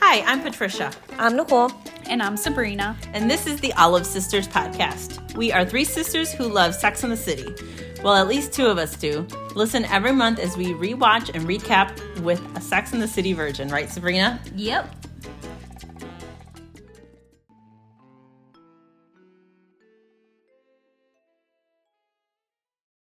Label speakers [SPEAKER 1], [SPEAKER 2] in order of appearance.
[SPEAKER 1] Hi, I'm Patricia,
[SPEAKER 2] I'm Nicole.
[SPEAKER 3] And I'm Sabrina.
[SPEAKER 1] and this is the Olive Sisters podcast. We are three sisters who love Sex and the City. Well, at least two of us do. Listen every month as we rewatch and recap with a Sex and the City virgin, right, Sabrina?
[SPEAKER 3] Yep.